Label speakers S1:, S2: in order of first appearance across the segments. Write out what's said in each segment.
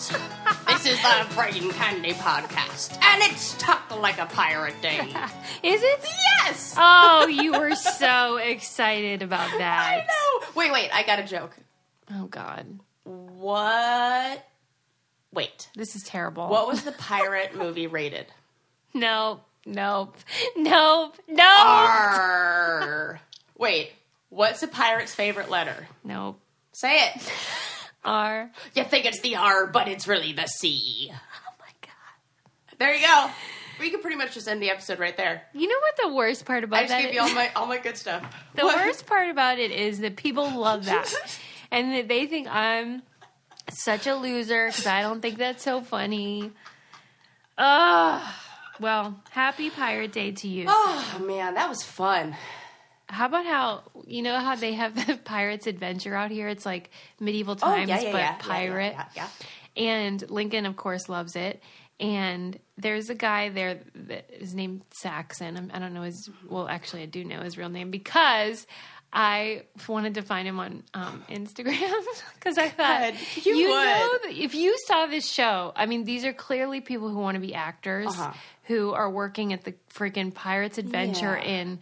S1: This is the Brain Candy Podcast, and it's tucked like a pirate day.
S2: Is it?
S1: yes!
S2: Oh, you were so excited about that.
S1: I know! Wait, wait, I got a joke.
S2: Oh God,
S1: What? Wait.
S2: this is terrible.
S1: What was the pirate movie rated?
S2: Nope. Nope. Nope. Nope.
S1: R. Wait, what's a pirate's favorite letter?
S2: Nope.
S1: Say it.
S2: R.
S1: You think it's the R, but it's really the C.
S2: Oh my God.
S1: There you go. We could pretty much just end the episode right there.
S2: You know what the worst part about
S1: I just
S2: that
S1: gave
S2: is?
S1: you all my all my good stuff.
S2: the worst part about it is that people love that, and that they think I'm such a loser because I don't think that's so funny. Ugh. Well, happy Pirate Day to you.
S1: Oh man, that was fun.
S2: How about how you know how they have the Pirates Adventure out here? It's like medieval
S1: Oh
S2: times, but pirate.
S1: Yeah, yeah,
S2: And Lincoln, of course, loves it. And there's a guy there, that is named Saxon. I'm- I don't know his, well, actually, I do know his real name because I wanted to find him on um, Instagram because I thought,
S1: Good. You would.
S2: know, that if you saw this show, I mean, these are clearly people who want to be actors
S1: Uh-huh.
S2: who are working at the freaking Pirates
S1: Yeah.
S2: Adventure
S1: Uh-huh.
S2: in,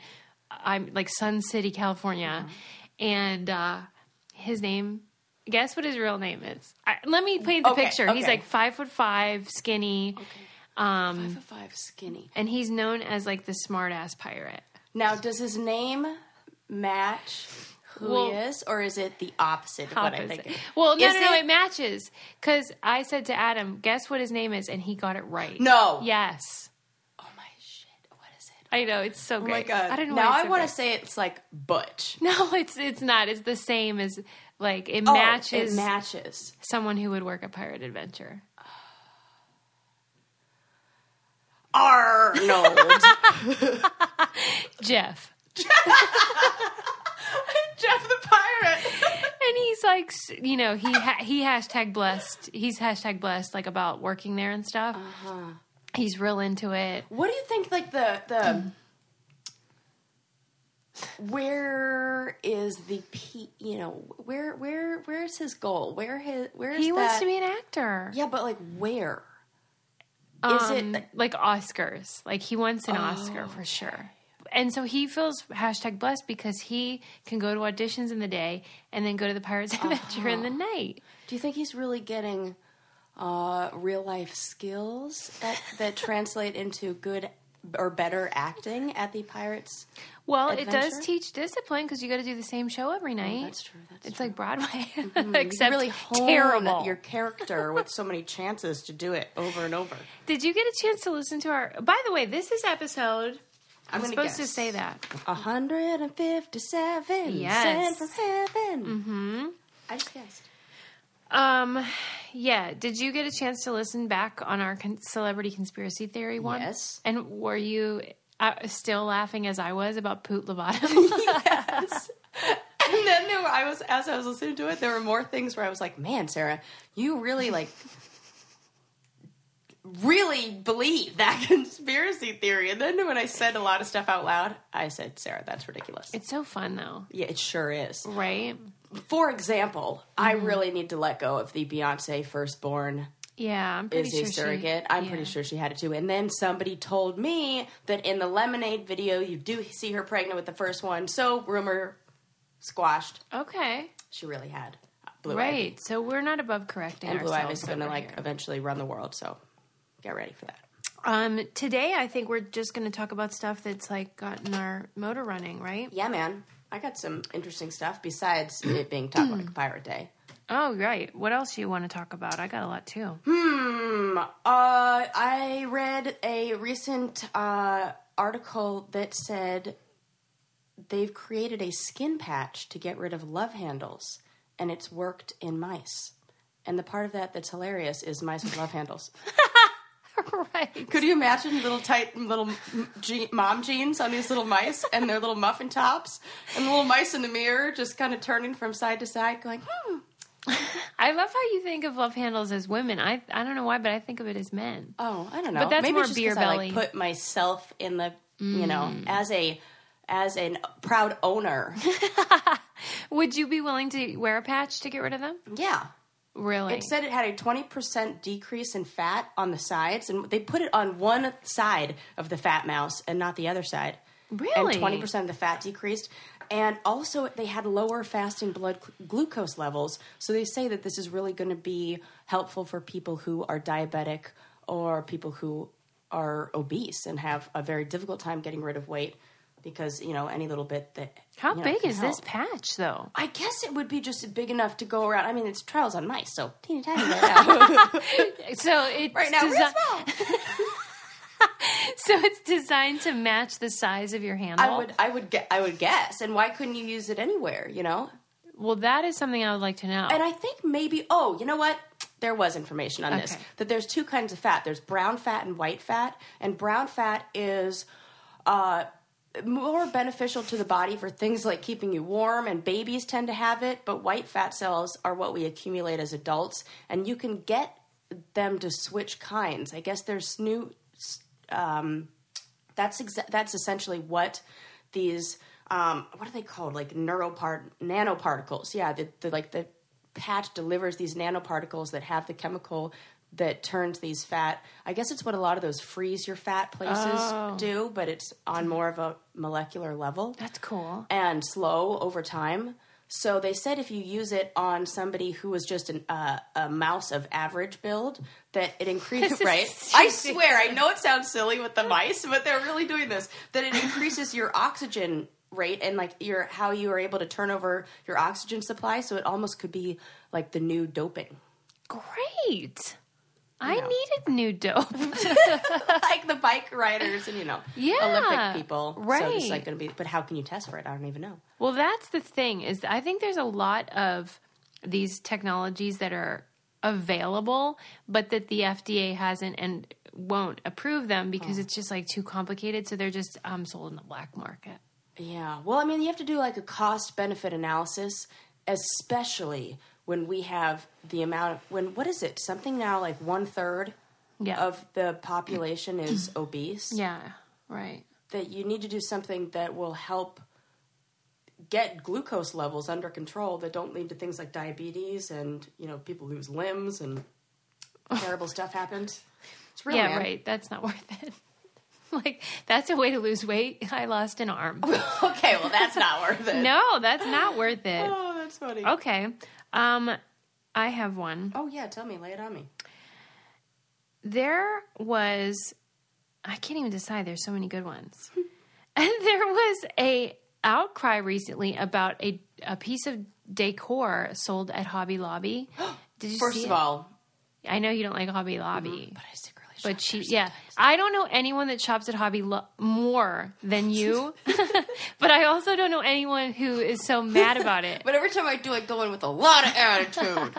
S2: I'm like Sun City, California. And uh, his name, guess what his real name is? I, let me paint the
S1: Okay,
S2: picture. He's
S1: okay.
S2: like five foot five, skinny, Um,
S1: Five foot five, skinny.
S2: and he's known as like the smart ass pirate.
S1: Now, does his name match who
S2: Well-
S1: he is, or is it the opposite of what I
S2: Opposite.
S1: think? it-
S2: Well, no,
S1: Is
S2: no, no,
S1: it-
S2: it matches. Because I said to Adam, guess what his name is? And he got it right.
S1: No.
S2: Yes.
S1: Oh my shit! What is it?
S2: I know. It's so
S1: Oh my
S2: great.
S1: god!
S2: I don't know.
S1: Now
S2: why it's
S1: I
S2: so
S1: want to
S2: great.
S1: say it's like Butch.
S2: No, it's it's not. It's the same as like it
S1: Oh,
S2: matches
S1: It matches.
S2: someone who would work at Pirate Adventure.
S1: Arnold.
S2: Jeff.
S1: Jeff the pirate.
S2: And he's like, s- you know, he ha- he hashtag blessed. He's hashtag blessed, like about working there and stuff.
S1: Uh-huh.
S2: He's real into it.
S1: What do you think? Like the the where is the pe- you know where where where's his goal? Where his where is
S2: He wants
S1: that-
S2: to be an actor.
S1: yeah, but like where is
S2: Is
S1: it-
S2: it like Oscars? Like he wants an Oscar
S1: Oh.
S2: for sure. And so he feels hashtag blessed because he can go to auditions in the day and then go to the Pirates Adventure
S1: Uh-huh.
S2: in the night.
S1: do you think he's really getting uh, real life skills that that translate into good or better acting at the Pirates?
S2: Well, it does
S1: Adventure? Oh,
S2: teach discipline because you got to do the same show every night.
S1: That's true. That's
S2: It's
S1: true. Mm-hmm.
S2: like Broadway,
S1: You
S2: except
S1: really hone
S2: terrible.
S1: your character with so many chances to do it over and over.
S2: Did you get a chance to listen to our? By the way, this is episode.
S1: I'm
S2: I'm
S1: gonna
S2: supposed to
S1: guess.
S2: say that.
S1: 157
S2: Yes.
S1: sent from heaven. Mm-hmm. I just guessed.
S2: Um, yeah. Did you get a chance to listen back on our con- celebrity conspiracy theory one?
S1: Yes.
S2: And were you uh, still laughing as I was about Poot Lovato?
S1: And then there were, I was as I was listening to it, there were more things where I was like, "Man, Sarah, you really like really believe that conspiracy theory." And then when I said a lot of stuff out loud, I said, "Sarah, that's ridiculous."
S2: it's so fun though,
S1: yeah, it sure is.
S2: right?
S1: For example, I really need to let go of the Beyonce firstborn
S2: Yeah, I'm pretty
S1: is a
S2: sure she-
S1: surrogate. I'm
S2: yeah.
S1: pretty sure she had it too. And then somebody told me that in the lemonade video, you do see her pregnant with the first one. So rumor squashed.
S2: Okay,
S1: She really had blue ivy,
S2: right. So we're not above correcting
S1: and blue ivy
S2: ourselves.
S1: is going to
S2: over
S1: like
S2: here.
S1: eventually run the world. So get ready for that.
S2: Um, today I think we're just going to talk about stuff that's like gotten our motor running, right?
S1: Yeah, man. I got some interesting stuff besides it being Talk Like a Pirate Day.
S2: Oh, right. What else do you want to talk about? I got a lot too.
S1: Hmm. Uh, I read a recent uh, article that said they've created a skin patch to get rid of love handles, and it's worked in mice. And the part of that that's hilarious is mice with love handles.
S2: right.
S1: Could you imagine little tight little m- je- mom jeans on these little mice and their little muffin tops, and the little mice in the mirror just kind of turning from side to side, going, "Hmm."
S2: I love how you think of love handles as women. I I don't know why, but I think of it as men.
S1: Oh, I don't know.
S2: But that's
S1: Maybe
S2: more
S1: it's just
S2: beer
S1: 'cause I,
S2: belly. Mm.
S1: like, put myself in the you know as a as a proud owner.
S2: Would you be willing to wear a patch to get rid of them?
S1: yeah.
S2: Really?
S1: It said it had a 20% decrease in fat on the sides, and they put it on one side of the fat mouse and not the other side.
S2: Really?
S1: And 20% of the fat decreased. And also, they had lower fasting blood gl- glucose levels. So they say that this is really going to be helpful for people who are diabetic or people who are obese and have a very difficult time getting rid of weight because, you know, any little bit that.
S2: How
S1: you know,
S2: big
S1: can
S2: is this
S1: help.
S2: patch, though?
S1: I guess it would be just big enough to go around. I mean, it's trials on mice, so teeny tiny right now.
S2: So it's
S1: right now,
S2: desi-
S1: real small.
S2: so it's designed to match the size of your handle.
S1: I would, I would, gue- I would guess. And why couldn't you use it anywhere? You know.
S2: well, that is something I would like to know.
S1: And I think maybe. Oh, you know what? There was information on this
S2: Okay.
S1: that there's two kinds of fat. There's brown fat and white fat, and brown fat is. Uh, more beneficial to the body for things like keeping you warm, and babies tend to have it. But white fat cells are what we accumulate as adults, and you can get them to switch kinds. I guess there's new that's exa- that's essentially what these um, what are they called like neuropart nanoparticles yeah the, the like the patch delivers these nanoparticles that have the chemical that turns these fat i guess it's what a lot of those freeze your fat places do but it's on more of a molecular level
S2: That's cool.
S1: and slow over time. So they said if you use it on somebody who was just an, uh, a mouse of average build, that it
S2: This
S1: increases.
S2: is
S1: Right? I swear, I know it sounds silly with the mice, but they're really doing this. That it increases your oxygen rate and like your how you are able to turn over your oxygen supply. So it almost could be like the new doping,
S2: Great. I needed new dope.
S1: like the bike riders and you know,
S2: Yeah,
S1: Olympic people. So this is
S2: right.
S1: like going to be. But how can you test for it? I don't even know.
S2: Well, that's the thing is I think there's a lot of these technologies that are available, but that the FDA hasn't and won't approve them
S1: Oh.
S2: because it's just like too complicated. So they're just um, sold in the black market.
S1: Yeah. Well, I mean, you have to do like a cost benefit analysis, especially when we have the amount when what is it? Something now like one third
S2: Yeah.
S1: of the population is obese.
S2: yeah. Right.
S1: That you need to do something that will help get glucose levels under control that don't lead to things like diabetes and you know people lose limbs and terrible stuff happens. It's real,
S2: yeah.
S1: man.
S2: Right. That's not worth it. like that's a way to lose weight. I lost an arm.
S1: Okay, well that's not worth it.
S2: no, that's not worth it.
S1: Oh, that's funny.
S2: Okay. Um, I have one.
S1: Oh yeah, tell me, lay it on me.
S2: there was i can't even decide there's so many good ones and there was a outcry recently about a, a piece of decor sold at hobby lobby did you
S1: First
S2: see
S1: of
S2: it?
S1: all, Mm-hmm.
S2: i know you don't like hobby lobby
S1: I stick really short.
S2: but she yeah i don't know anyone that shops at hobby Lo- more than you but i also don't know anyone who is so mad about it
S1: But every time I do, I go in with a lot of attitude.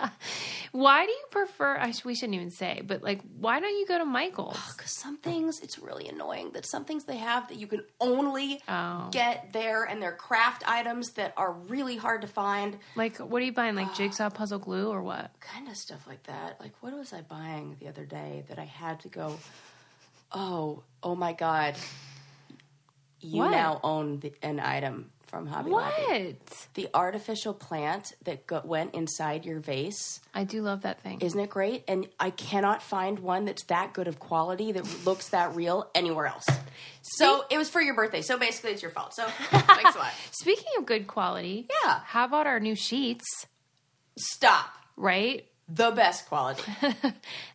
S2: why do you prefer i sh- we shouldn't even say but like why don't you go to michael's
S1: Because some things, it's really annoying that some things they have that you can only
S2: Oh.
S1: get there, and they're craft items that are really hard to find.
S2: Like, what are you buying? Like jigsaw puzzle glue or what?
S1: Kind of stuff like that. Like, what was I buying the other day that I had to go, oh, oh my God, you
S2: What?
S1: now own the, an item from Hobby Lobby.
S2: What?
S1: The artificial plant that go- went inside your vase.
S2: I do love that thing.
S1: Isn't it great? And I cannot find one that's that good of quality that looks that real anywhere else. So it was for your birthday. So basically, it's your fault. So thanks a lot.
S2: Speaking of good quality,
S1: Yeah.
S2: How about our new sheets?
S1: Stop.
S2: Right,
S1: The best quality.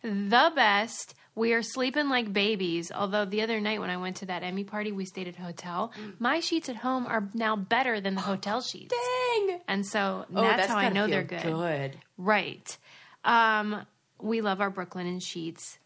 S2: the best. We are sleeping like babies. Although the other night when I went to that Emmy party, we stayed at a hotel. My sheets at home are now better than the hotel sheets,
S1: Mm. Dang. Oh,
S2: and so that's, how I
S1: gotta
S2: know
S1: feel
S2: they're good.
S1: Good.
S2: Right. Um, we love our Brooklyn and sheets.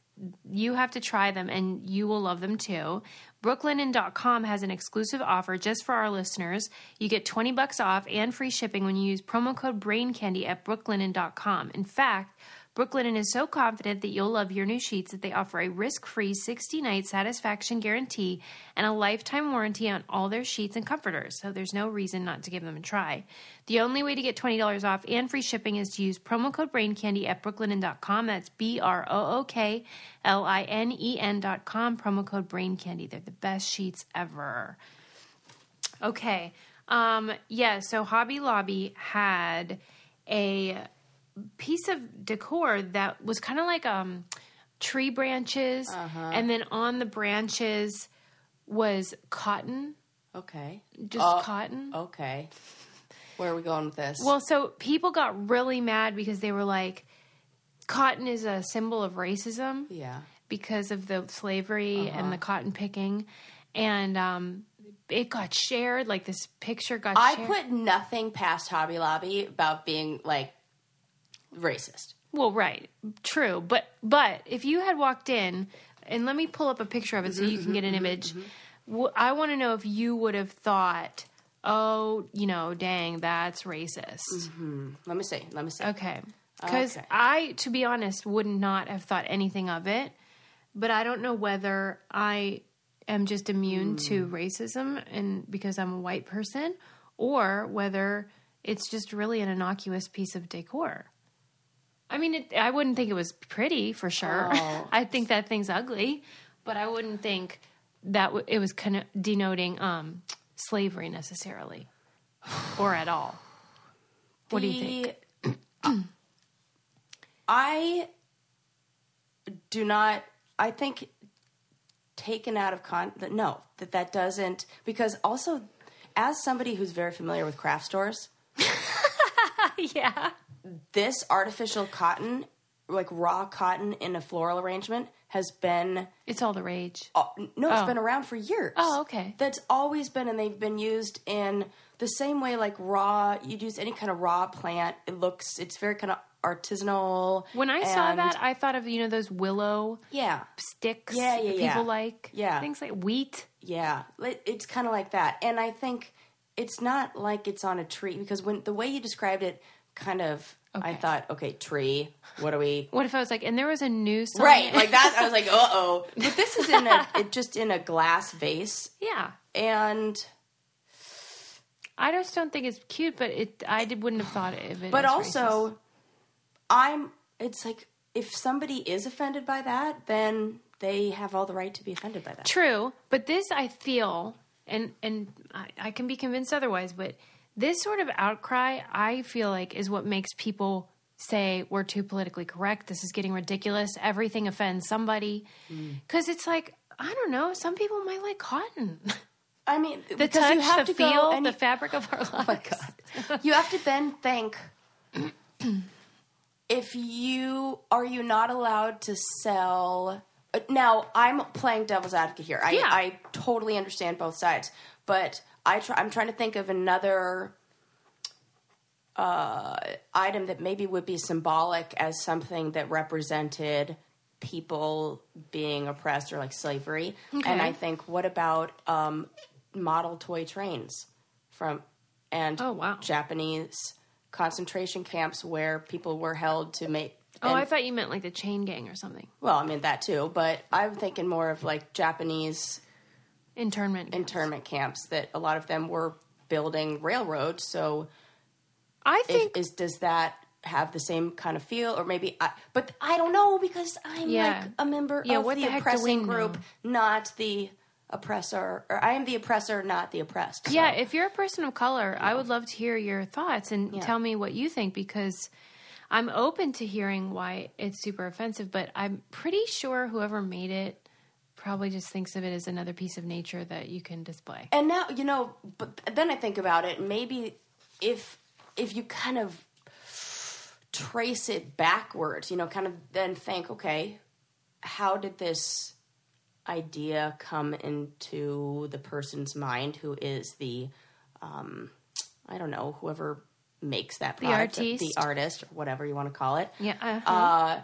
S2: You have to try them and you will love them too. Brooklinen.com has an exclusive offer just for our listeners. You get 20 bucks off and free shipping when you use promo code BRAINCANDY at brooklinen.com. In fact, Brooklinen is so confident that you'll love your new sheets that they offer a risk-free 60-night satisfaction guarantee and a lifetime warranty on all their sheets and comforters, so there's no reason not to give them a try. The only way to get $20 off and free shipping is to use promo code BRAINCANDY at brooklinen.com. That's B-R-O-O-K-L-I-N-E-N E dot com, promo code BRAINCANDY. They're the best sheets ever. Okay. Um, yeah, so Hobby Lobby had a piece of decor that was kind of like um, tree branches,
S1: Uh-huh.
S2: and then on the branches was cotton,
S1: Okay.
S2: just
S1: Oh.
S2: cotton.
S1: Okay. Where are we going with this?
S2: Well, so people got really mad because they were like, cotton is a symbol of racism
S1: yeah.
S2: because of the slavery and the
S1: Uh-huh.
S2: cotton picking, and um, it got shared. Like this picture got.
S1: I
S2: shared.
S1: put nothing past Hobby Lobby about being like racist.
S2: Well, right, true, but but if you had walked in, and let me pull up a picture of it so you can get an image. W I I want to know if you would have thought, oh, you know, dang, that's racist.
S1: Let me see. Let me see.
S2: Okay. Because
S1: Okay.
S2: I, to be honest, would not have thought anything of it. But I don't know whether I am just immune to racism and because I'm a white person or whether it's just really an innocuous piece of decor. I mean, it, I wouldn't think it was pretty for sure.
S1: Oh.
S2: I think that thing's ugly, but I wouldn't think that w- it was con- denoting um, slavery necessarily or at all. What do you think?
S1: The- I do not. I think taken out of con. that- No, that that doesn't because also as somebody who's very familiar with craft stores,
S2: yeah.
S1: this artificial cotton, like raw cotton in a floral arrangement, has been
S2: It's all the rage.
S1: uh, no, it's
S2: Oh.
S1: been around for years.
S2: Oh, okay.
S1: That's always been, and they've been used in the same way, like raw. You'd use any kind of raw plant. It looks, it's very kind of artisanal.
S2: When I saw
S1: and-
S2: that, I thought of you know those willow
S1: yeah,
S2: sticks
S1: Yeah, yeah,
S2: that people
S1: yeah.
S2: like,
S1: Yeah.
S2: things like wheat.
S1: yeah, It- it's kind of like that. And I think it's not like it's on a tree because when the way you described it, kind of, I
S2: Okay.
S1: thought, okay, tree. What are we?
S2: What if I was like, and there was a new sign,
S1: Right, like that. I was like, uh oh. But this is in a, it just in a glass vase,
S2: yeah,
S1: and
S2: I just don't think it's cute, but it, I did, wouldn't have thought of it.
S1: but
S2: as
S1: also i'm it's like if somebody is offended by that then they have all the right to be offended by
S2: racist.
S1: that
S2: true. But this, I feel, and and I, I can be convinced otherwise, but this sort of outcry, I feel like, is what makes people say we're too politically correct. This is getting ridiculous. Everything offends somebody
S1: Mm.
S2: because it's like. I don't know. Some people might like cotton.
S1: i mean
S2: the
S1: because
S2: touch,
S1: you Oh have
S2: the
S1: to
S2: feel,
S1: go and
S2: the fabric of our lives.
S1: you, you have to then think if you are you not allowed to sell uh, now i'm playing devil's advocate here i,
S2: Yeah.
S1: I totally understand both sides but I try, i'm trying to think of another uh, item that maybe would be symbolic as something that represented people being oppressed or like slavery. And I think, what about um, model toy trains from and
S2: Oh, wow.
S1: Japanese concentration camps where people were held to make.
S2: Oh,
S1: and-
S2: I thought you meant like the chain gang or something.
S1: well, I mean that too, but I'm thinking more of like Japanese
S2: Internment. camps.
S1: internment camps that a lot of them were building railroads, so
S2: I
S1: if-
S2: think.
S1: is does that have the same kind of feel or maybe I, but I don't know because I'm
S2: Yeah.
S1: like a member
S2: Yeah,
S1: of
S2: what
S1: the,
S2: the heck do we
S1: oppressing group,
S2: know?
S1: not the oppressor or I am the oppressor, not the oppressed. So-
S2: yeah, if you're a person of color, I would love to hear your thoughts and tell me what you think because I'm open to hearing why it's super offensive. But I'm pretty sure whoever made it probably just thinks of it as another piece of nature that you can display.
S1: And now, you know, but then I think about it, maybe if if you kind of trace it backwards, you know, kind of then think, okay, how did this idea come into the person's mind who is the um I don't know, whoever makes that product,
S2: artiste.
S1: the artist, whatever you want to call it
S2: Yeah. uh
S1: uh-huh.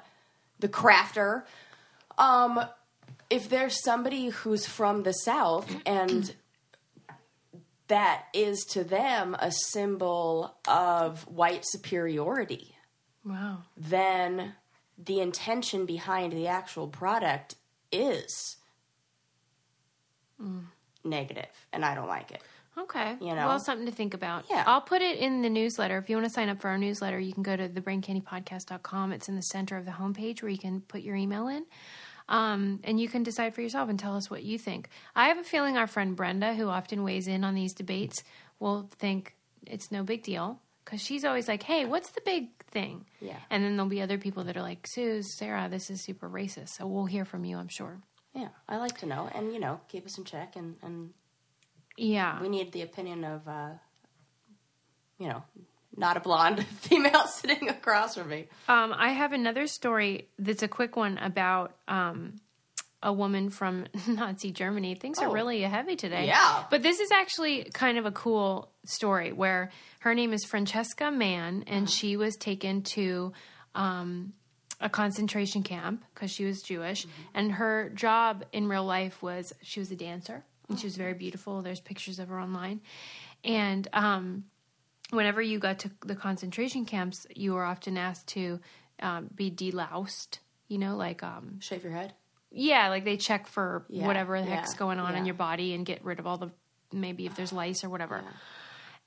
S1: the crafter. Um, if there's somebody who's from the South and that is to them a symbol of white superiority,
S2: wow.
S1: then the intention behind the actual product is negative, and I don't like it.
S2: Okay.
S1: You know?
S2: Well, something to think about.
S1: Yeah.
S2: I'll put it in the newsletter. If you want to sign up for our newsletter, you can go to thebraincandypodcast.com. It's in the center of the homepage where you can put your email in. Um, and you can decide for yourself and tell us what you think. I have a feeling our friend Brenda, who often weighs in on these debates, will think it's no big deal because she's always like, "Hey, what's the big thing?"
S1: Yeah.
S2: and then there'll be other people that are like, "Sue, Sarah, this is super racist." So we'll hear from you, I'm sure.
S1: Yeah, I like to know, and you know, keep us in check, and and
S2: Yeah,
S1: we need the opinion of, uh, you know, not a blonde female sitting across from me.
S2: Um, I have another story that's a quick one about um, a woman from Nazi Germany. Things are
S1: Oh.
S2: really heavy today.
S1: Yeah.
S2: But this is actually kind of a cool story where her name is Francesca Mann, and
S1: Uh-huh.
S2: she was taken to um, a concentration camp because she was Jewish.
S1: Mm-hmm.
S2: And her job in real life was she was a dancer, and she was
S1: Oh.
S2: very beautiful. There's pictures of her online. And, um, whenever you got to the concentration camps, you were often asked to um, be deloused. You know, like um,
S1: Shave your head.
S2: yeah, like they check for
S1: Yeah,
S2: whatever the heck's
S1: yeah,
S2: going on in
S1: yeah.
S2: your body and get rid of all the maybe if there's lice or whatever.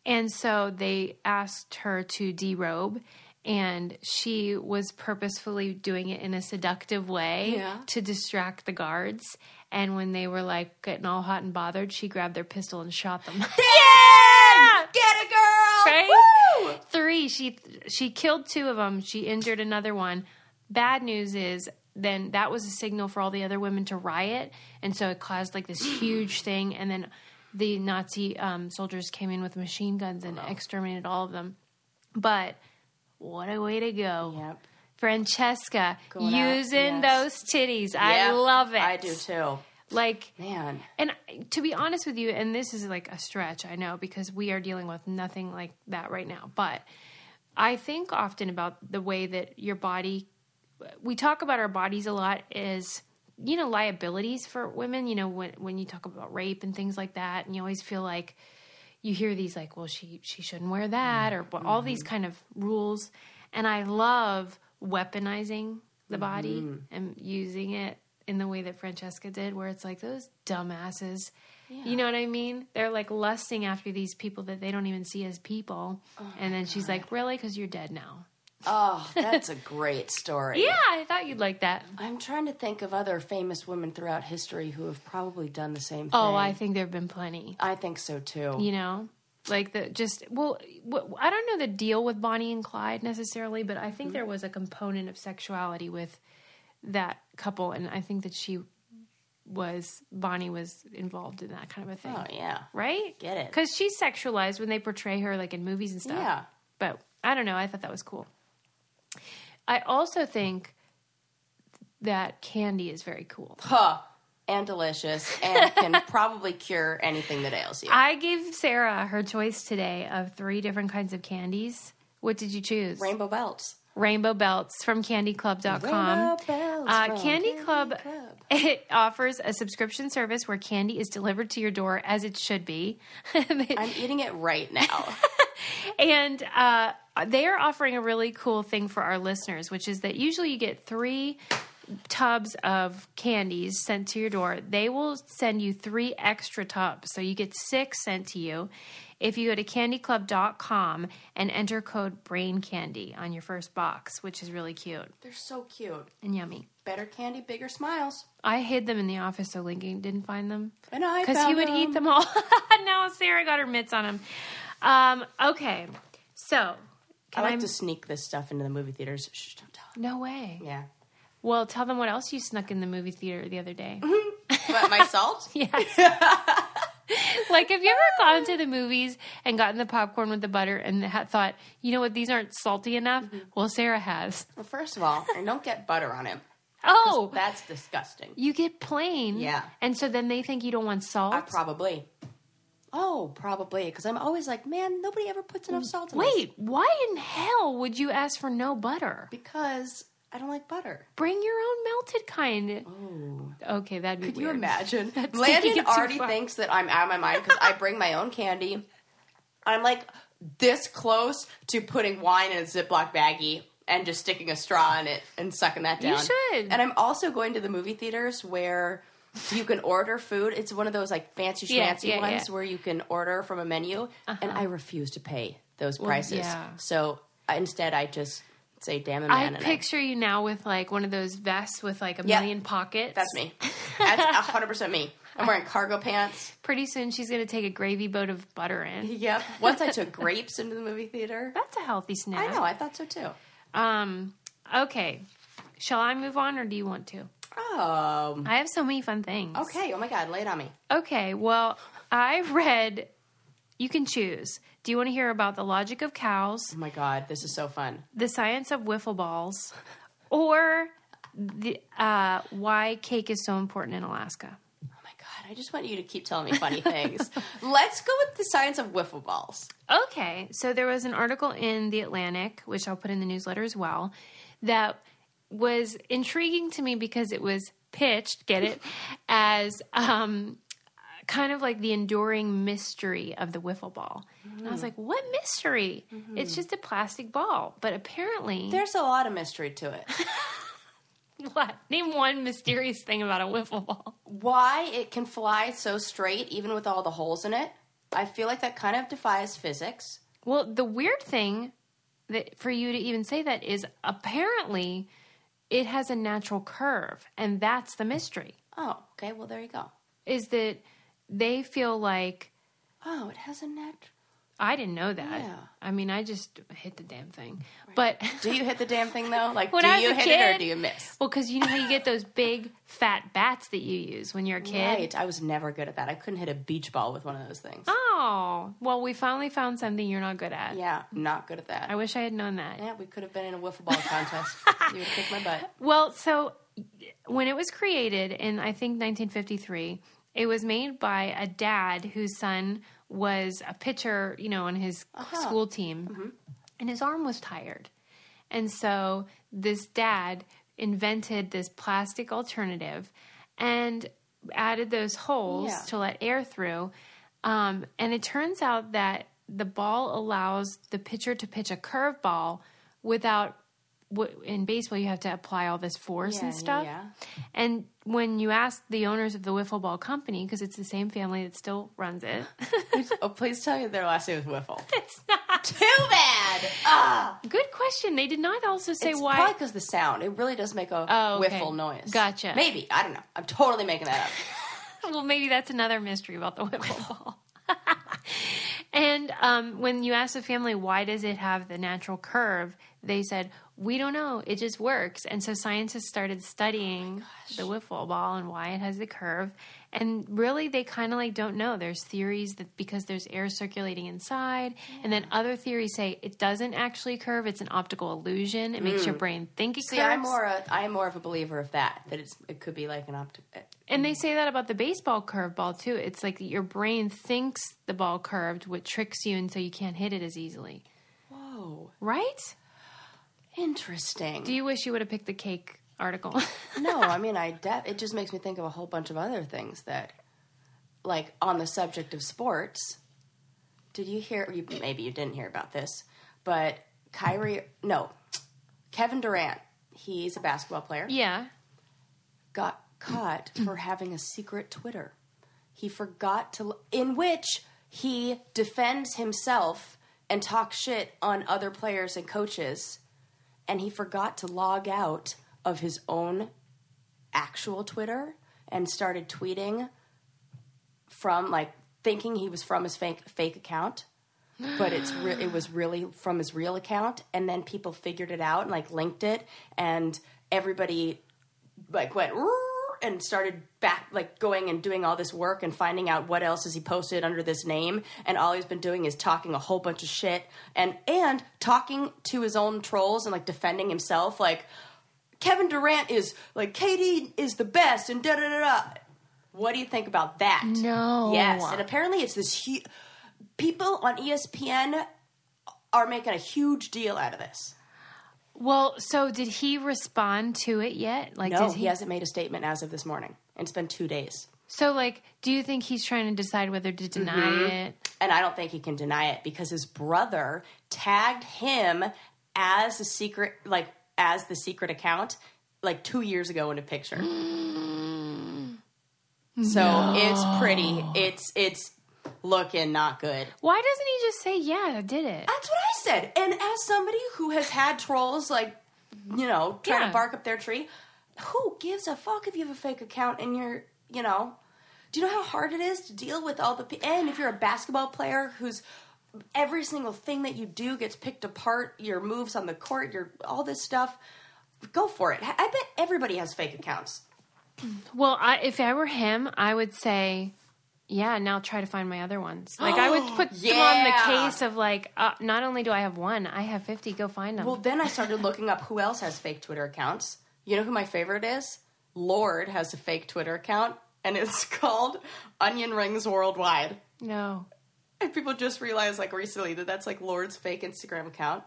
S2: And so they asked her to derobe. And she was purposefully doing it in a seductive way
S1: Yeah.
S2: to distract the guards. And when they were like getting all hot and bothered, she grabbed their pistol and shot them. Yeah!
S1: Get it, girl!
S2: Right?
S1: Woo!
S2: three she she killed two of them she injured another one bad news is then that was a signal for all the other women to riot and so it caused like this huge thing and then the nazi um, soldiers came in with machine guns and exterminated all of them but what a way to go
S1: Yep.
S2: francesca
S1: Going out,
S2: using
S1: yes.
S2: those titties i
S1: Yeah,
S2: love it
S1: I do too.
S2: like
S1: Man,
S2: and to be honest with you, and this is like a stretch, I know, because we are dealing with nothing like that right now. But I think often about the way that your body, we talk about our bodies a lot is, you know, liabilities for women. You know, when, when you talk about rape and things like that, and you always feel like you hear these like, well, she, she shouldn't wear that, or but all these kind of rules. And I love weaponizing the body and using it in the way that Francesca did, where it's like those dumbasses. You know what I mean? They're like lusting after these people that they don't even see as people. and then she's like, Really? Because you're dead now.
S1: oh, that's a great story.
S2: Yeah, I thought you'd like that.
S1: I'm trying to think of other famous women throughout history who have probably done the same thing.
S2: Oh, I think there have been plenty.
S1: I think so too.
S2: You know? Like the just, well, wh- I don't know the deal with Bonnie and Clyde necessarily, but I
S1: Mm-hmm.
S2: think there was a component of sexuality with that couple. And I think that she was, Bonnie was involved in that kind of a thing.
S1: Oh yeah.
S2: right?
S1: Get it.
S2: Because she's sexualized when they portray her like in movies and stuff.
S1: Yeah.
S2: But I don't know. I thought that was cool. I also think that candy is very cool.
S1: Huh. And delicious, and can probably cure anything that ails you.
S2: I gave Sarah her choice today of three different kinds of candies. What did you choose?
S1: Rainbow belts.
S2: Rainbow belts from candyclub.com.
S1: Rainbow belts
S2: uh,
S1: from
S2: Candy,
S1: Candy
S2: Club,
S1: Club.
S2: it offers a subscription service where candy is delivered to your door as it should be.
S1: I'm eating it right now.
S2: And uh, they are offering a really cool thing for our listeners, which is that usually you get three tubs of candies sent to your door. They will send you three extra tubs. So you get six sent to you. If you go to candyclub.com and enter code brain candy on your first box, which is really cute
S1: They're so cute.
S2: and yummy.
S1: Better candy, bigger smiles.
S2: I hid them in the office so Lincoln didn't find them.
S1: And I
S2: Because he
S1: found
S2: would eat them all. no, Sarah got her mitts on him. Um, okay. So,
S1: I
S2: can
S1: like to sneak this stuff into the movie theaters. Shh, don't tell.
S2: No way.
S1: Yeah.
S2: Well, tell them what else you snuck in the movie theater the other day.
S1: Mm-hmm. But my salt?
S2: Yes. like, have you ever gone to the movies and gotten the popcorn with the butter and ha- thought, you know what, these aren't salty enough?
S1: Mm-hmm.
S2: Well, Sarah has.
S1: Well, first of all, I don't get butter on him.
S2: Oh,
S1: That's disgusting.
S2: you get plain.
S1: Yeah.
S2: And so then they think you don't want salt.
S1: I probably. Oh, probably. Because I'm always like, man, nobody ever puts enough salt in this.
S2: Wait, why in hell would you ask for no butter?
S1: Because I don't like butter.
S2: Bring your own melted kind.
S1: Oh.
S2: Okay, that'd be
S1: Could you
S2: weird.
S1: imagine?
S2: taking
S1: Landon
S2: it too
S1: already
S2: far.
S1: thinks that I'm out of my mind because I bring my own candy. I'm like this close to putting wine in a Ziploc baggie and just sticking a straw in it and sucking that
S2: You
S1: down.
S2: should.
S1: And I'm also going to the movie theaters where you can order food. It's one of those like fancy
S2: Yeah,
S1: schmancy
S2: yeah,
S1: ones
S2: yeah. Uh-huh.
S1: where you can order from a menu, and I refuse to pay those prices.
S2: yeah.
S1: So I, instead, I just say, "Damn it,
S2: I
S1: man!" and
S2: picture you now with like one of those vests with like a
S1: Yeah.
S2: million pockets.
S1: That's me. That's hundred percent me. I'm wearing cargo pants.
S2: Pretty soon she's going to take a gravy boat of butter in.
S1: Yep. Once I took grapes into the movie theater.
S2: That's a healthy snack.
S1: I know. I thought so too.
S2: Um, okay. Shall I move on or do you want to?
S1: Um.
S2: I have so many fun things.
S1: Okay. Oh my God. Lay it on me.
S2: Okay, well, I read you can choose. Do you want to hear about the logic of cows,
S1: Oh my God. This is so fun.
S2: the science of wiffle balls, or the uh, why cake is so important in Alaska?
S1: Oh my God. I just want you to keep telling me funny things. Let's go with the science of wiffle balls.
S2: Okay, so there was an article in The Atlantic, which I'll put in the newsletter as well, that was intriguing to me because it was pitched, get it, as um, kind of like the enduring mystery of the wiffle ball. And I was like, what mystery? It's just a plastic ball. But apparently,
S1: There's a lot of mystery to it.
S2: what? Name one mysterious thing about a wiffle ball.
S1: Why it can fly so straight, even with all the holes in it. I feel like that kind of defies physics.
S2: Well, the weird thing that for you to even say that is apparently it has a natural curve, and that's the mystery.
S1: Oh, okay. Well, there you go.
S2: Is that they feel like
S1: Oh, it has a net.
S2: I didn't know that.
S1: Yeah.
S2: I mean, I just hit the damn thing. But
S1: Do you hit the damn thing though? Like,
S2: When
S1: do
S2: I was
S1: you
S2: a
S1: hit it
S2: kid-
S1: or do you miss?
S2: well, because you know how you get those big fat bats that you use when you're a kid.
S1: Right. I was never good at that. I couldn't hit a beach ball with one of those things.
S2: Oh, well, we finally found something you're not good at.
S1: Yeah, not good at that.
S2: I wish I had known that.
S1: yeah, we could have been in a wiffle ball contest. you would have kicked my butt.
S2: Well, so when it was created in I think 1953, it was made by a dad whose son was a pitcher, you know, on his school team, and his arm was tired, and so this dad invented this plastic alternative, and added those holes
S1: Yeah.
S2: to let air through, um, and it turns out that the ball allows the pitcher to pitch a curveball without w- in baseball you have to apply all this force
S1: Yeah,
S2: and
S1: yeah,
S2: stuff
S1: yeah.
S2: and when you ask the owners of the wiffle ball company because it's the same family that still runs it
S1: Oh, please tell you their last name is Wiffle. It's not too bad. Ah,
S2: good question they did not also say
S1: it's
S2: why
S1: probably because the sound. It really does make a
S2: Oh, okay.
S1: wiffle noise.
S2: Gotcha.
S1: Maybe I don't know. I'm totally making that up.
S2: well, maybe that's another mystery about the wiffle ball. and um, when you ask the family why does it have the natural curve, they said we don't know. It just works. And so scientists started
S1: Oh
S2: studying the wiffle ball and why it has the curve. And really, they kind of like don't know. There's theories that because there's air circulating inside, and then other theories say it doesn't actually curve. It's an optical illusion. It makes your brain think it
S1: Mm. See,
S2: curves.
S1: I'm more a, I'm more of a believer of that. That it's it could be like an optic.
S2: And they say that about the baseball curveball too. It's like your brain thinks the ball curved, which tricks you, and so you can't hit it as easily.
S1: Whoa,
S2: Right?
S1: Oh, interesting.
S2: Do you wish you would have picked the cake article?
S1: no, I mean, I de- it just makes me think of a whole bunch of other things that, like, on the subject of sports. Did you hear? You, maybe you didn't hear about this, but Kyrie, no, Kevin Durant, he's a basketball player,
S2: yeah.
S1: got caught for having a secret Twitter. He forgot to, l- in which he defends himself and talks shit on other players and coaches, and he forgot to log out of his own actual Twitter and started tweeting from like thinking he was from his fake fake account, but it's re- it was really from his real account. And then people figured it out and like linked it, and everybody like went "Rrrr," and started back like going and doing all this work and finding out what else has he posted under this name and all he's been doing is talking a whole bunch of shit and and talking to his own trolls and like defending himself like Kevin Durant is like KD is the best and da da da da. What do you think about that?
S2: No.
S1: Yes, and apparently it's this huge. People on E ESPN are making a huge deal out of this.
S2: Well, so did he respond to it yet? Like,
S1: No,
S2: did
S1: he hasn't made a statement as of this morning, and it's been two days.
S2: So, like, do you think he's trying to decide whether to
S1: Mm-hmm.
S2: deny it?
S1: And I don't think he can deny it because his brother tagged him as the secret, like as the secret account, like two years ago in a picture. So it's pretty. It's it's looking not good.
S2: Why doesn't he just say, "Yeah, I did it"?
S1: That's what I said. And as somebody who has had trolls, like, you know, trying
S2: Yeah.
S1: to bark up their tree, who gives a fuck if you have a fake account and you're, you know, do you know how hard it is to deal with all the pe- and if you're a basketball player who's every single thing that you do gets picked apart, your moves on the court, your all this stuff, go for it. I I bet everybody has fake accounts.
S2: Well, I, if I were him, I would say, yeah, now try to find my other ones. Like, I would put them on
S1: Yeah.
S2: the case of, like, uh, not only do I have one, I have 50, go find them.
S1: Well, then I started looking up who else has fake Twitter accounts. You know who my favorite is? Lord has a fake Twitter account, and it's called Onion Rings Worldwide.
S2: no.
S1: And people just realized, like recently, that that's like Lord's fake Instagram account.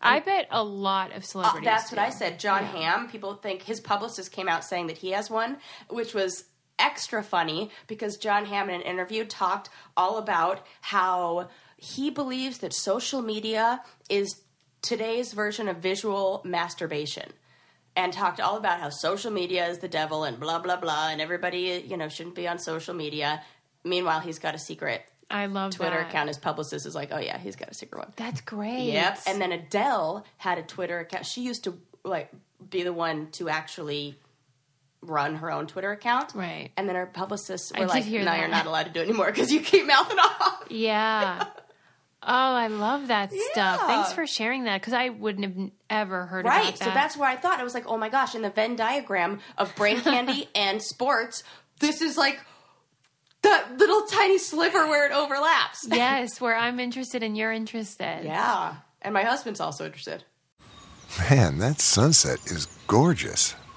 S2: I bet a lot of
S1: Uh,
S2: celebrities.
S1: that's what
S2: do.
S1: I said. John Hamm. People think his publicist came out saying that he has one, which was extra funny because John Hamm in an interview talked all about how he believes that social media is today's version of visual masturbation. And talked all about how social media is the devil and blah blah blah, and everybody you know shouldn't be on social media. Meanwhile, he's got a secret
S2: I love
S1: Twitter
S2: that.
S1: account. His publicist is like, "Oh yeah, he's got a secret one."
S2: That's great.
S1: Yep. And then Adele had a Twitter account. She used to like be the one to actually run her own Twitter account.
S2: Right.
S1: And then her publicists were
S2: did
S1: like,
S2: hear
S1: "No,
S2: that."
S1: you're not allowed to do it anymore because you keep mouthing off."
S2: Yeah. Oh, I love that stuff.
S1: Yeah.
S2: Thanks for sharing that because I wouldn't have n- ever heard about
S1: Right.
S2: that.
S1: So that's where I thought I was like, "Oh my gosh!" In the Venn diagram of brain candy and sports, this is like that little tiny sliver where it overlaps.
S2: yes, where I'm interested and you're interested.
S1: Yeah. And my husband's also interested.
S3: Man, that sunset is gorgeous.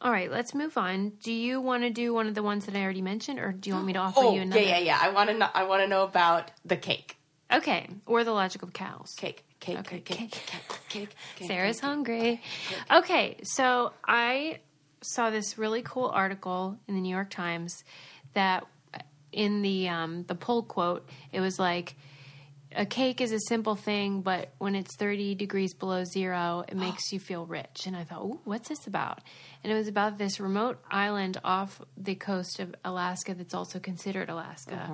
S2: All right, let's move on. Do you want to do one of the ones that I already mentioned, or do you want me to offer
S1: Oh,
S2: you
S1: yeah,
S2: another?
S1: yeah, yeah. I want to. know I want to know about the cake.
S2: Okay, or the logical cows.
S1: Cake. Cake.
S2: Okay,
S1: Cake. Cake.
S2: cake.
S1: Cake. Cake. cake.
S2: Sarah's hungry. Okay, so I saw this really cool article in the New York Times that in the um, the poll quote, it was like a cake is a simple thing, but when it's 30 degrees below zero, it makes you feel rich. And I thought, ooh, what's this about? And it was about this remote island off the coast of Alaska that's also considered Alaska.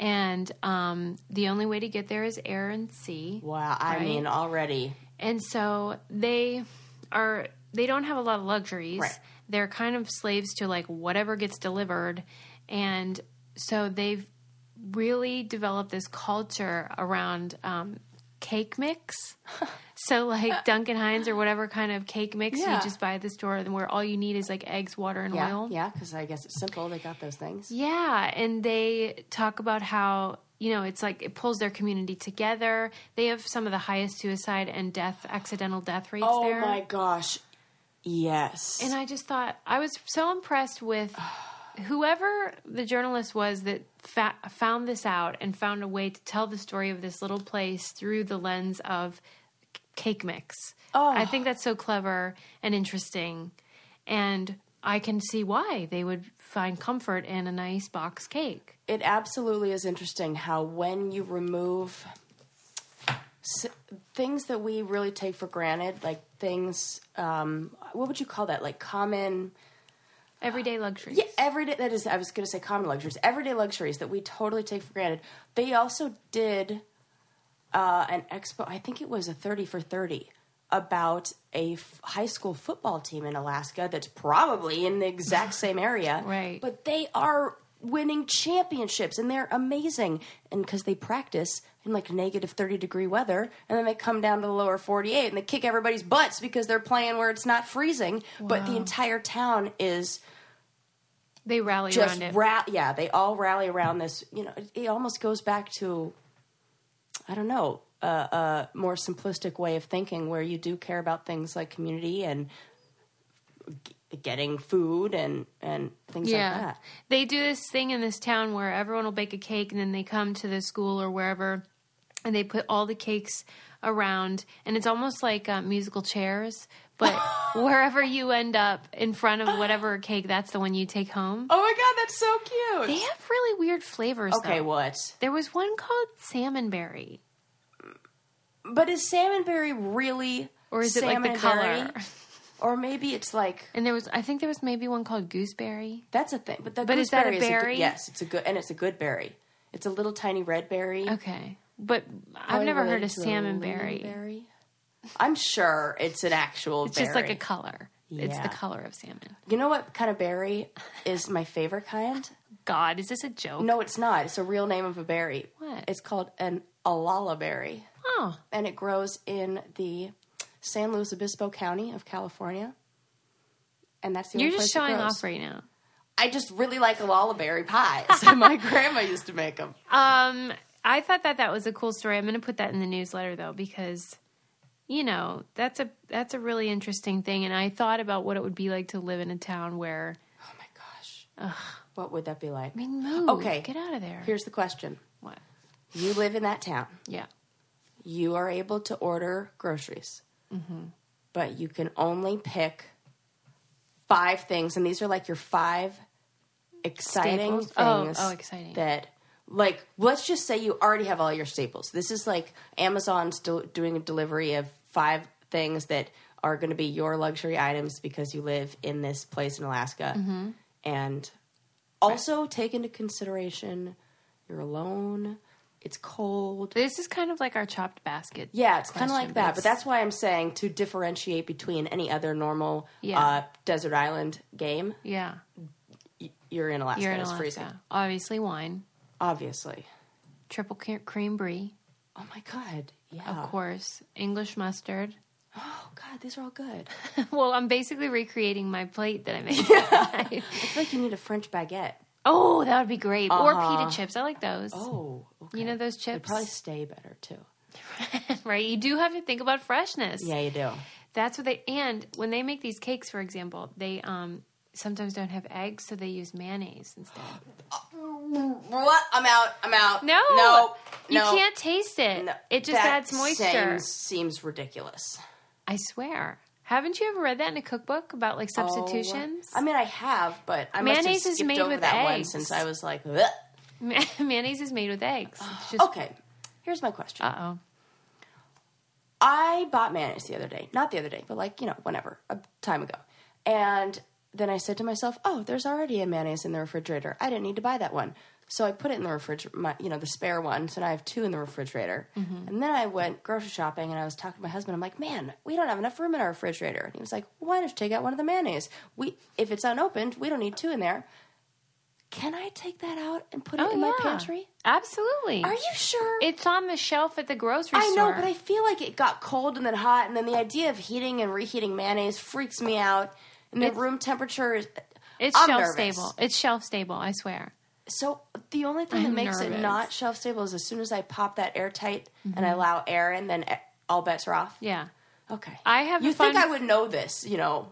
S2: And um, the only way to get there is air and sea.
S1: Wow, I
S2: Right?
S1: mean, already.
S2: And so they are they don't have a lot of luxuries.
S1: Right.
S2: They're kind of slaves to like whatever gets delivered. And so they've really developed this culture around um, cake mix. so like Duncan Hines or whatever kind of cake mix
S1: Yeah.
S2: you just buy at the store and where all you need is like eggs, water and
S1: Yeah,
S2: oil.
S1: yeah, because I guess it's simple. They got those things.
S2: Yeah, and they talk about how you know it's like it pulls their community together. They have some of the highest suicide and death, accidental death rates
S1: Oh
S2: there.
S1: my gosh, yes.
S2: And I just thought I was so impressed with whoever the journalist was that fa- found this out and found a way to tell the story of this little place through the lens of c- cake mix. Oh. I think that's so clever and interesting. And I can see why they would find comfort in a nice box cake.
S1: it absolutely is interesting how when you remove s- things that we really take for granted, like things, um, what would you call that? Like common.
S2: Everyday luxuries.
S1: Yeah, everyday. That is, I was going to say common luxuries, everyday luxuries that we totally take for granted. They also did uh, an expo. I think it was a thirty for thirty about a f- high school football team in Alaska that's probably in the exact same area.
S2: Right.
S1: But they are winning championships and they're amazing and because they practice in like negative 30 degree weather and then they come down to the lower 48 and they kick everybody's butts because they're playing where it's not freezing but the entire town is
S2: They rally
S1: just
S2: around it.
S1: ra- yeah they all rally around this you know it, it almost goes back to i don't know a, a more simplistic way of thinking where you do care about things like community and g- getting food and and things like that
S2: They do this thing in this town where everyone will bake a cake and then they come to the school or wherever and they put all the cakes around and it's almost like uh, musical chairs but wherever you end up in front of whatever cake that's the one you take home
S1: Oh my god, that's so cute.
S2: they have really weird flavors
S1: okay,
S2: though.
S1: what?
S2: there was one called salmon berry
S1: But is salmonberry really
S2: or is it like the
S1: salmonberry?
S2: color
S1: Or maybe it's like
S2: and there was i think there was maybe one called gooseberry
S1: that's a thing. But, the
S2: But is that a
S1: gooseberry good-
S2: berry?
S1: yes, it's a good and it's a good berry. It's a little tiny red berry.
S2: okay but i've never heard of salmon berry
S1: berry. I'm sure it's an actual
S2: it's just like a
S1: berry.
S2: color it's
S1: Yeah.
S2: the color of salmon
S1: You know what kind of berry is my favorite kind?
S2: god is this a joke
S1: No, it's not. It's a real name of a berry.
S2: What?
S1: It's called an alala berry,
S2: oh
S1: and it grows in the San Luis Obispo County of California. And that's the
S2: you're
S1: only
S2: just
S1: place it
S2: showing
S1: grows.
S2: off right now
S1: I just really like alala berry pies. my grandma used to make them.
S2: Um, I thought that that was a cool story. I'm going to put that in the newsletter though because you know, that's a that's a really interesting thing and I thought about what it would be like to live in a town where
S1: Oh my gosh, what would that be like?
S2: I mean, move.
S1: Okay.
S2: Get out of there.
S1: Here's the question:
S2: what?
S1: You live in that town.
S2: Yeah.
S1: You are able to order groceries,
S2: Mm-hmm.
S1: but you can only pick five things, and these are like your five exciting
S2: Staples? Oh,
S1: things.
S2: oh, exciting.
S1: That, like, let's just say you already have all your staples. This is like Amazon's del- doing a delivery of five things that are going to be your luxury items because you live in this place in Alaska,
S2: Mm-hmm.
S1: and also take into consideration you're alone. It's cold.
S2: This is kind of like our chopped basket.
S1: Yeah, it's kind of
S2: question,
S1: like
S2: but
S1: that. But
S2: it's-
S1: that's why I'm saying to differentiate between any other normal
S2: Yeah.
S1: uh, desert island game,
S2: Yeah.
S1: y- you're in Alaska.
S2: You're in
S1: it's
S2: Alaska.
S1: freezing,
S2: Obviously wine,
S1: obviously.
S2: triple cre- cream brie,
S1: Oh my god, yeah.
S2: of course, English mustard.
S1: Oh god, these are all good.
S2: well, I'm basically recreating my plate that I made.
S1: I feel like you need a French baguette.
S2: oh, that would be great. Or pita chips. I like those.
S1: Uh-huh. Oh, okay.
S2: You know those
S1: They
S2: chips?
S1: probably stay better too.
S2: right? You do have to think about freshness.
S1: Yeah, you do.
S2: That's what they and when they make these cakes, for example, they um sometimes don't have eggs, so they use mayonnaise instead.
S1: What? I'm out. I'm out.
S2: No,
S1: no,
S2: you
S1: no,
S2: can't taste it.
S1: no.
S2: It just
S1: That
S2: adds moisture.
S1: seems- seems ridiculous.
S2: I swear. Haven't you ever read that in a cookbook about
S1: Oh,
S2: like substitutions?
S1: I mean, I have, but I must
S2: Mayonnaise
S1: have
S2: is
S1: skipped
S2: made
S1: over
S2: with
S1: that one
S2: eggs.
S1: since I was like, "Ugh."
S2: mayonnaise is made with eggs. It's just
S1: Oh, okay. Here's my question.
S2: uh oh.
S1: I bought mayonnaise the other day. Not the other day, but like, you know, whenever, a time ago. And then I said to myself, oh, there's already a mayonnaise in the refrigerator. I didn't need to buy that one. So I put it in the refrigerator, my, you know, the spare one. So now I have two in the refrigerator. And then I went grocery shopping and I was talking to my husband. I'm like, man, we don't have enough room in our refrigerator. And he was like, why don't you take out one of the mayonnaise? We, if it's unopened, we don't need two in there. Can I take that out and put it
S2: Oh
S1: in my
S2: yeah.
S1: pantry?
S2: Absolutely.
S1: Are you sure?
S2: It's on the shelf at the grocery
S1: I
S2: store.
S1: know, but I feel like it got cold and then hot, and then the idea of heating and reheating mayonnaise freaks me out. And the room temperature is.
S2: it's
S1: I'm
S2: shelf
S1: nervous.
S2: stable. It's shelf stable, I swear.
S1: So the only thing that
S2: I'm
S1: makes it
S2: nervous. Mm-hmm.
S1: not shelf stable is as soon as I pop that airtight and I allow air in, then eh, all bets are off.
S2: Yeah.
S1: Okay.
S2: I have
S1: You
S2: a
S1: think
S2: fun-
S1: I would know this? You know,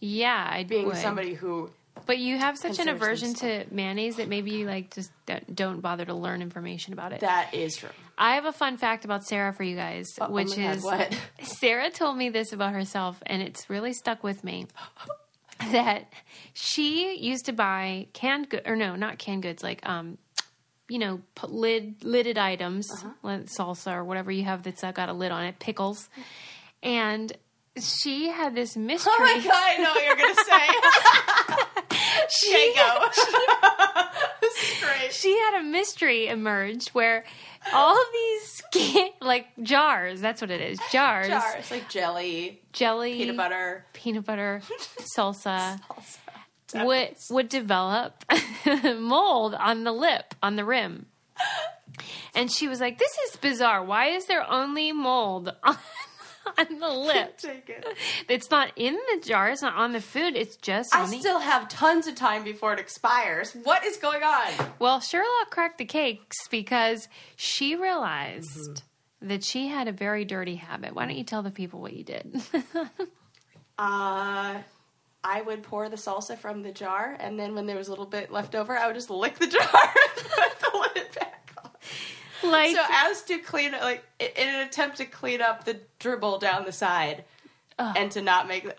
S2: Yeah, I
S1: being
S2: would.
S1: somebody who.
S2: But you have such an
S1: considers
S2: aversion to mayonnaise that maybe you like just don't- don't bother to learn information about it.
S1: That is true.
S2: I have a fun fact about Sarah for you guys,
S1: oh my
S2: which
S1: God,
S2: is
S1: what?
S2: Sarah told me this about herself, and it's really stuck with me. That she used to buy canned goods, or no, not canned goods, like um, you know, p- lid lidded items,
S1: Uh-huh.
S2: like salsa or whatever you have that's uh, got a lid on it, pickles, and she had this mystery.
S1: Oh my God, I know what you're going to say.
S2: She-
S1: Go. this is great.
S2: she had a mystery emerged where all of these can- like jars that's what it is jars,
S1: Jars, like jelly,
S2: jelly
S1: peanut butter.
S2: peanut butter salsa, would would develop mold on the lip on the rim and she was like this is bizarre why is there only mold on, on the lip
S1: Take it.
S2: it's not in the jar it's not on the food it's just
S1: I
S2: on the
S1: still have tons of time before it expires. What is going on?
S2: Well, Sherlock cracked the cakes because she realized
S1: Mm-hmm.
S2: that she had a very dirty habit. Why don't you tell the people what you did?
S1: Uh, I would pour the salsa from the jar, and then when there was a little bit left over, I would just lick the jar and put the lid back on.
S2: like
S1: so as to clean like in an attempt to clean up the dribble down the side and to not make
S2: that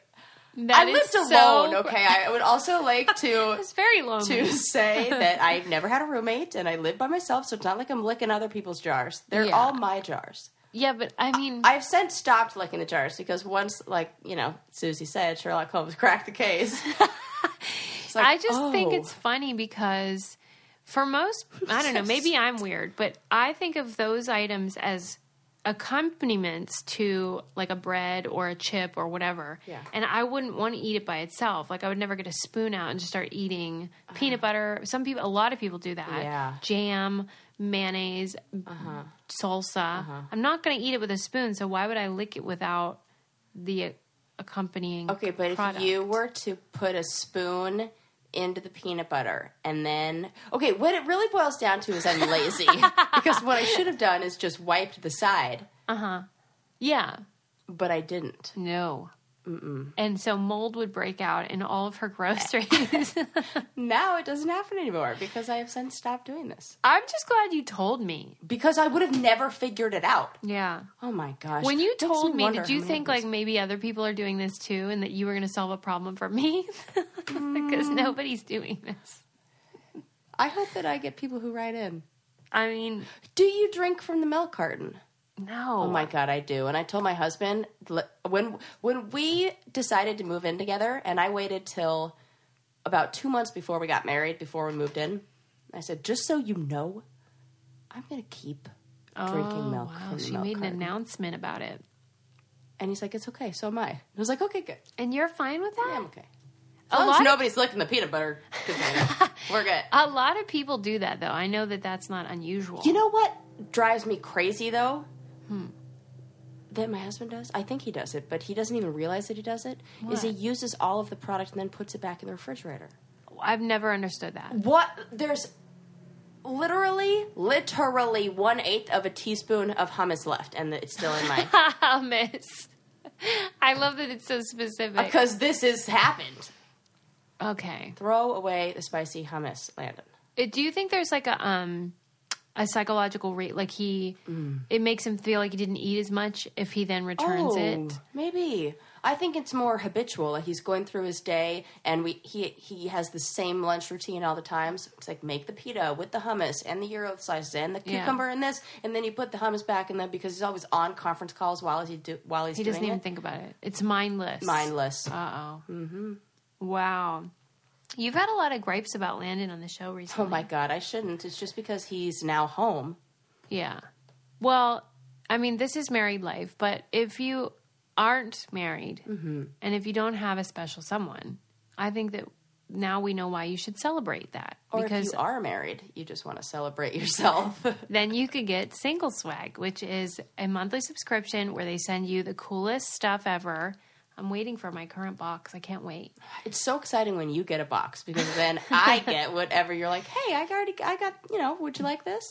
S1: I
S2: is
S1: lived
S2: so-
S1: alone, okay. I would also like to
S2: It's very lonely.
S1: to say that I never had a roommate and I live by myself, so it's not like I'm licking other people's jars. They're
S2: Yeah.
S1: all my jars.
S2: Yeah, but I mean,
S1: I've since stopped licking the jars because once, like you know, Susie said, Sherlock Holmes cracked the case. It's like,
S2: I just think
S1: oh.
S2: it's funny because for most, I don't know, maybe I'm weird, but I think of those items as accompaniments to like a bread or a chip or whatever.
S1: Yeah.
S2: And I wouldn't want to eat it by itself. Like I would never get a spoon out and just start eating peanut butter. Some people, a lot of people do that.
S1: Uh-huh. Yeah. Uh-huh.
S2: Jam, mayonnaise, salsa. I'm not going to eat it with a spoon, so why would I lick it without the accompanying
S1: Okay, but
S2: product?
S1: if you were to put a spoon into the peanut butter and then okay, what it really boils down to is I'm lazy because what I should have done is just wiped the side,
S2: Yeah.
S1: but I didn't.
S2: No. Mm-mm. And so mold would break out in all of her groceries.
S1: Now it doesn't happen anymore because I have since stopped doing this
S2: I'm just glad you told me.
S1: because I would have never figured it out.
S2: Yeah.
S1: Oh my gosh!
S2: When you
S1: Makes
S2: told me,
S1: wonder
S2: did
S1: how
S2: you
S1: many of
S2: think like
S1: these-
S2: maybe other people are doing this too and that you were going to solve a problem for me?
S1: Mm.
S2: because nobody's doing this.
S1: I hope that I get people who write in.
S2: I mean,
S1: Do you drink from the milk carton?
S2: no.
S1: Oh my god, I do. And I told my husband li- when when we decided to move in together, and I waited till about two months before we got married, before we moved in. I said, just so you know, I'm gonna keep drinking milk
S2: Wow,
S1: from the
S2: Oh, she
S1: milk
S2: made an
S1: carton."
S2: announcement about it.
S1: And he's like, it's okay. So am I. And I was like, okay, good.
S2: And you're fine with
S1: Yeah,
S2: that?
S1: I'm okay. Oh, As
S2: A
S1: long
S2: lot
S1: as
S2: of-
S1: nobody's licking the peanut butter container, we're good.
S2: A lot of people do that though. I know that that's not unusual.
S1: You know what drives me crazy though? Hmm. That my husband does. I think he does it, but he doesn't even realize that he does it. Is he
S2: What?
S1: uses all of the product and then puts it back in the refrigerator?
S2: I've never understood that.
S1: What? There's literally, literally one eighth of a teaspoon of hummus left, and it's still in my
S2: hummus. Oh, I love that it's so specific.
S1: because this has happened.
S2: Okay.
S1: Throw away the spicy hummus, Landon.
S2: Uh, Do you think there's like a um a psychological rate like he
S1: Mm.
S2: it makes him feel like he didn't eat as much if he then returns
S1: Oh.
S2: it?
S1: Maybe. I think it's more habitual. Like he's going through his day, and we he he has the same lunch routine all the time. So it's like make the pita with the hummus and the euro slices and the
S2: Yeah.
S1: cucumber and this, and then you put the hummus back in there because he's always on conference calls while he's do, while he's
S2: He
S1: doing
S2: doesn't even
S1: it.
S2: think about it. It's mindless.
S1: Mindless.
S2: Uh oh. Mm-hmm. Wow. You've had a lot of gripes about Landon on the show
S1: oh
S2: recently.
S1: my god, I shouldn't. It's just because he's now home.
S2: Yeah. Well, I mean, this is married life, but if you aren't married
S1: Mm-hmm.
S2: and if you don't have a special someone, I think that now we know why you should celebrate that.
S1: Or
S2: because
S1: if you are married, you just want to celebrate yourself.
S2: then you could get Single Swag, which is a monthly subscription where they send you the coolest stuff ever. I'm waiting for my current box. I can't wait.
S1: it's so exciting when you get a box because then I get whatever you're like. Hey, I already I got you know. Would you like this?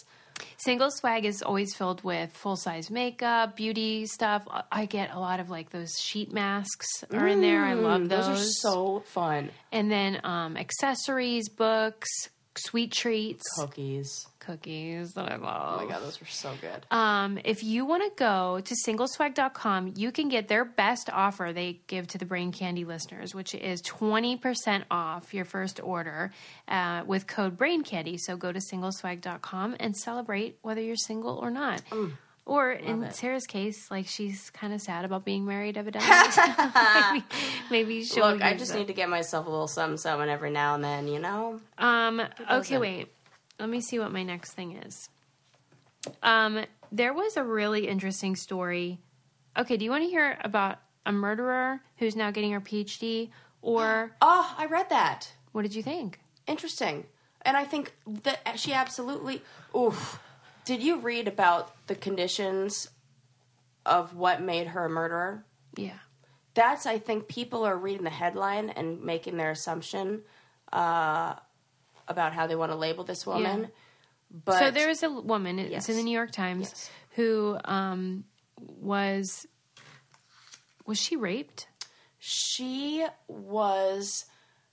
S2: Single swag is always filled with full size makeup, beauty stuff. I get a lot of like those sheet masks are in there. I love those.
S1: Mm, Those are so fun.
S2: and then um, accessories, books, sweet treats,
S1: Cookies.
S2: cookies that I love.
S1: Oh my god, those were so good.
S2: Um, if you want to go to singleswag.com, you can get their best offer they give to the Brain Candy listeners, which is 20% off your first order uh, with code Brain Candy. So go to singleswag.com and celebrate whether you're single or not.
S1: Mm.
S2: Or in Sarah's case, like she's kind of sad about being married, evidently. maybe, maybe she'll
S1: Look, I
S2: use
S1: just
S2: it.
S1: need to get myself a little something, something every now and then, you know?
S2: Um, okay, wait. Let me see what my next thing is. Um, there was a really interesting story. Okay, do you want to hear about a murderer who's now getting her PhD? Or
S1: Oh, I read that.
S2: what did you think?
S1: Interesting. And I think that she absolutely. Oof. Did you read about the conditions of what made her a murderer?
S2: Yeah.
S1: That's, I think, people are reading the headline and making their assumption uh, about how they want to label this woman.
S2: Yeah.
S1: But
S2: so there was a woman, it's in the New York Times,
S1: Yes.
S2: who um, was was she raped?
S1: she was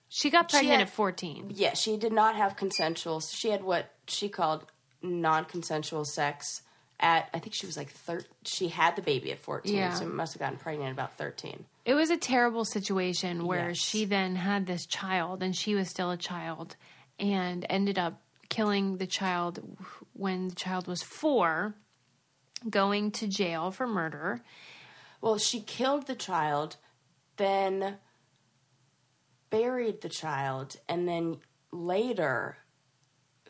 S2: She got pregnant
S1: had-
S2: at 14.
S1: Yeah, she did not have consensual. She had what she called non-consensual sex at I think she was like thir- she had the baby at 14,
S2: Yeah.
S1: so must have gotten pregnant at about 13.
S2: It was a terrible situation where
S1: Yes.
S2: she then had this child and she was still a child and ended up killing the child when the child was four, going to jail for murder.
S1: Well, she killed the child, then buried the child, and then later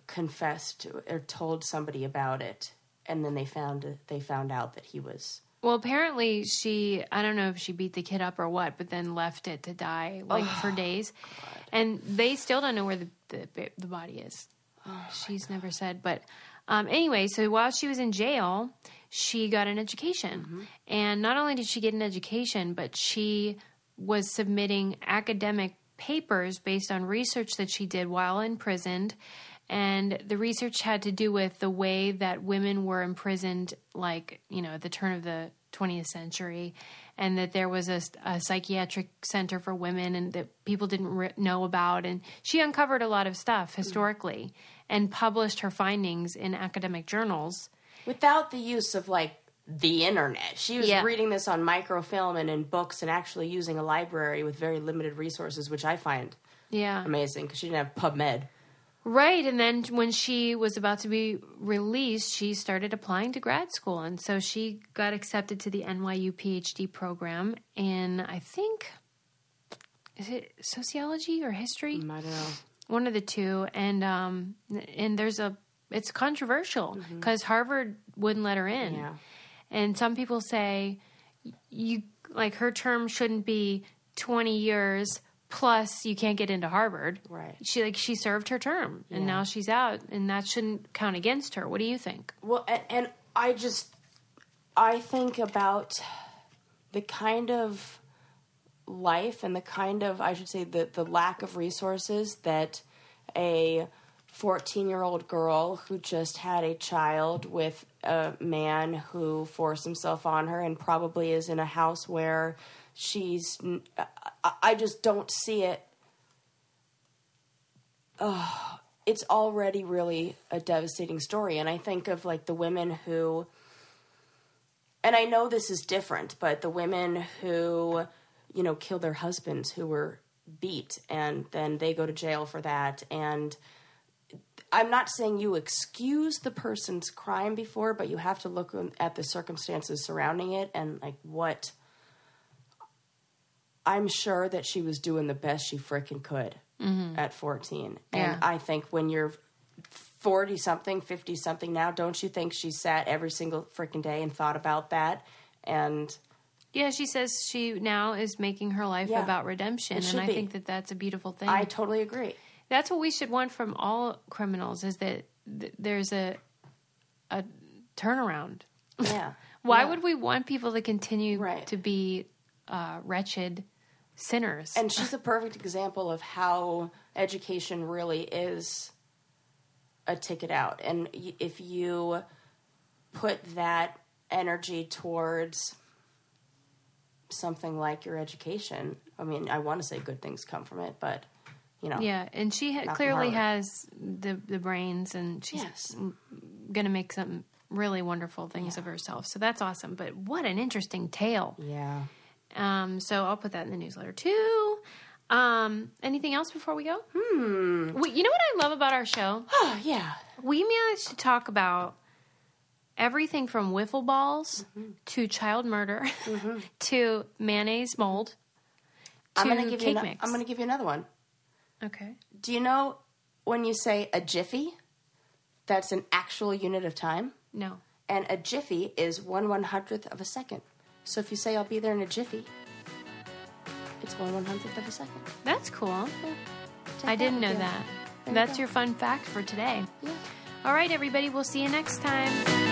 S1: confessed to- or told somebody about it, and then they found they found out that he was
S2: Well, apparently she, I don't know if she beat the kid up or what, but then left it to die like for days. And they still don't know where the, the, ba- the body is. She's never said. But um, anyway, so while she was in jail, she got an education. And not only did she get an education, but she was submitting academic papers based on research that she did while imprisoned. And the research had to do with the way that women were imprisoned, like, you know, at the turn of the 20th century, and that there was a, a psychiatric center for women and that people didn't re- know about. And she uncovered a lot of stuff historically and published her findings in academic journals.
S1: without the use of like the internet. She was
S2: Yeah.
S1: reading this on microfilm and in books and actually using a library with very limited resources, which I find
S2: Yeah.
S1: amazing because she didn't have PubMed.
S2: Right. And then when she was about to be released, she started applying to grad school. And so she got accepted to the NYU PhD program in, I think, is it sociology or history?
S1: I don't know.
S2: one of the two and um and there's a it's controversial because harvard wouldn't let her in
S1: Mm-hmm. Yeah.
S2: and some people say y- you like her term shouldn't be 20 years plus you can't get into harvard
S1: Right.
S2: she like she served her term and now she's out and that shouldn't count against her what do you think
S1: Well, and, and I just I think about the kind of life and the kind of I should say the the lack of resources that a 14-year-old girl who just had a child with a man who forced himself on her and probably is in a house where she's n- I- I- I just don't see it it's already really a devastating story. And I think of like the women who, and I know this is different, but the women who, you know, kill their husbands who were beat and then they go to jail for that. And I'm not saying you excuse the person's crime before, but you have to look at the circumstances surrounding it and like what. I'm sure that she was doing the best she frickin' could at 14.
S2: Yeah.
S1: And I think when you're 40 something, 50 something now, don't you think she sat every single frickin' day and thought about that? And
S2: yeah she says she now is making her life
S1: Yeah.
S2: about
S1: It
S2: redemption and
S1: should
S2: i
S1: be.
S2: think that that's a beautiful thing
S1: I totally agree.
S2: that's what we should want from all criminals is that th- there's a a turnaround.
S1: Yeah.
S2: Why would we want people to continue
S1: Right.
S2: to be uh, wretched sinners?
S1: And she's a perfect example of how education really is a ticket out. And y- if you put that energy towards something like your education, I mean, I want to say good things come from it, but you know,
S2: yeah, and she ha-
S1: Not
S2: clearly
S1: Harvard.
S2: has the the brains, and she's
S1: yes,
S2: going to make some really wonderful things of herself. So that's awesome. But what an interesting tale.
S1: yeah.
S2: Um, so I'll put that in the newsletter too. Um, anything else before we go? Hmm. Wait, you know what I love about our show?
S1: Oh yeah,
S2: We managed to talk about everything from wiffle balls to child murder to mayonnaise mold.
S1: I'm
S2: To
S1: gonna give
S2: cake
S1: you. ano-
S2: mix.
S1: I'm gonna give you another one.
S2: Okay.
S1: Do you know when you say a jiffy? That's an actual unit of time.
S2: No.
S1: and a jiffy is one one hundredth of a second. So if you say I'll be there in a jiffy, it's one one hundredth of a second.
S2: That's cool.
S1: Take
S2: I didn't know
S1: with you.
S2: that.
S1: There you
S2: That's
S1: go.
S2: your fun fact for today.
S1: Yeah.
S2: All right, everybody. We'll see you next time.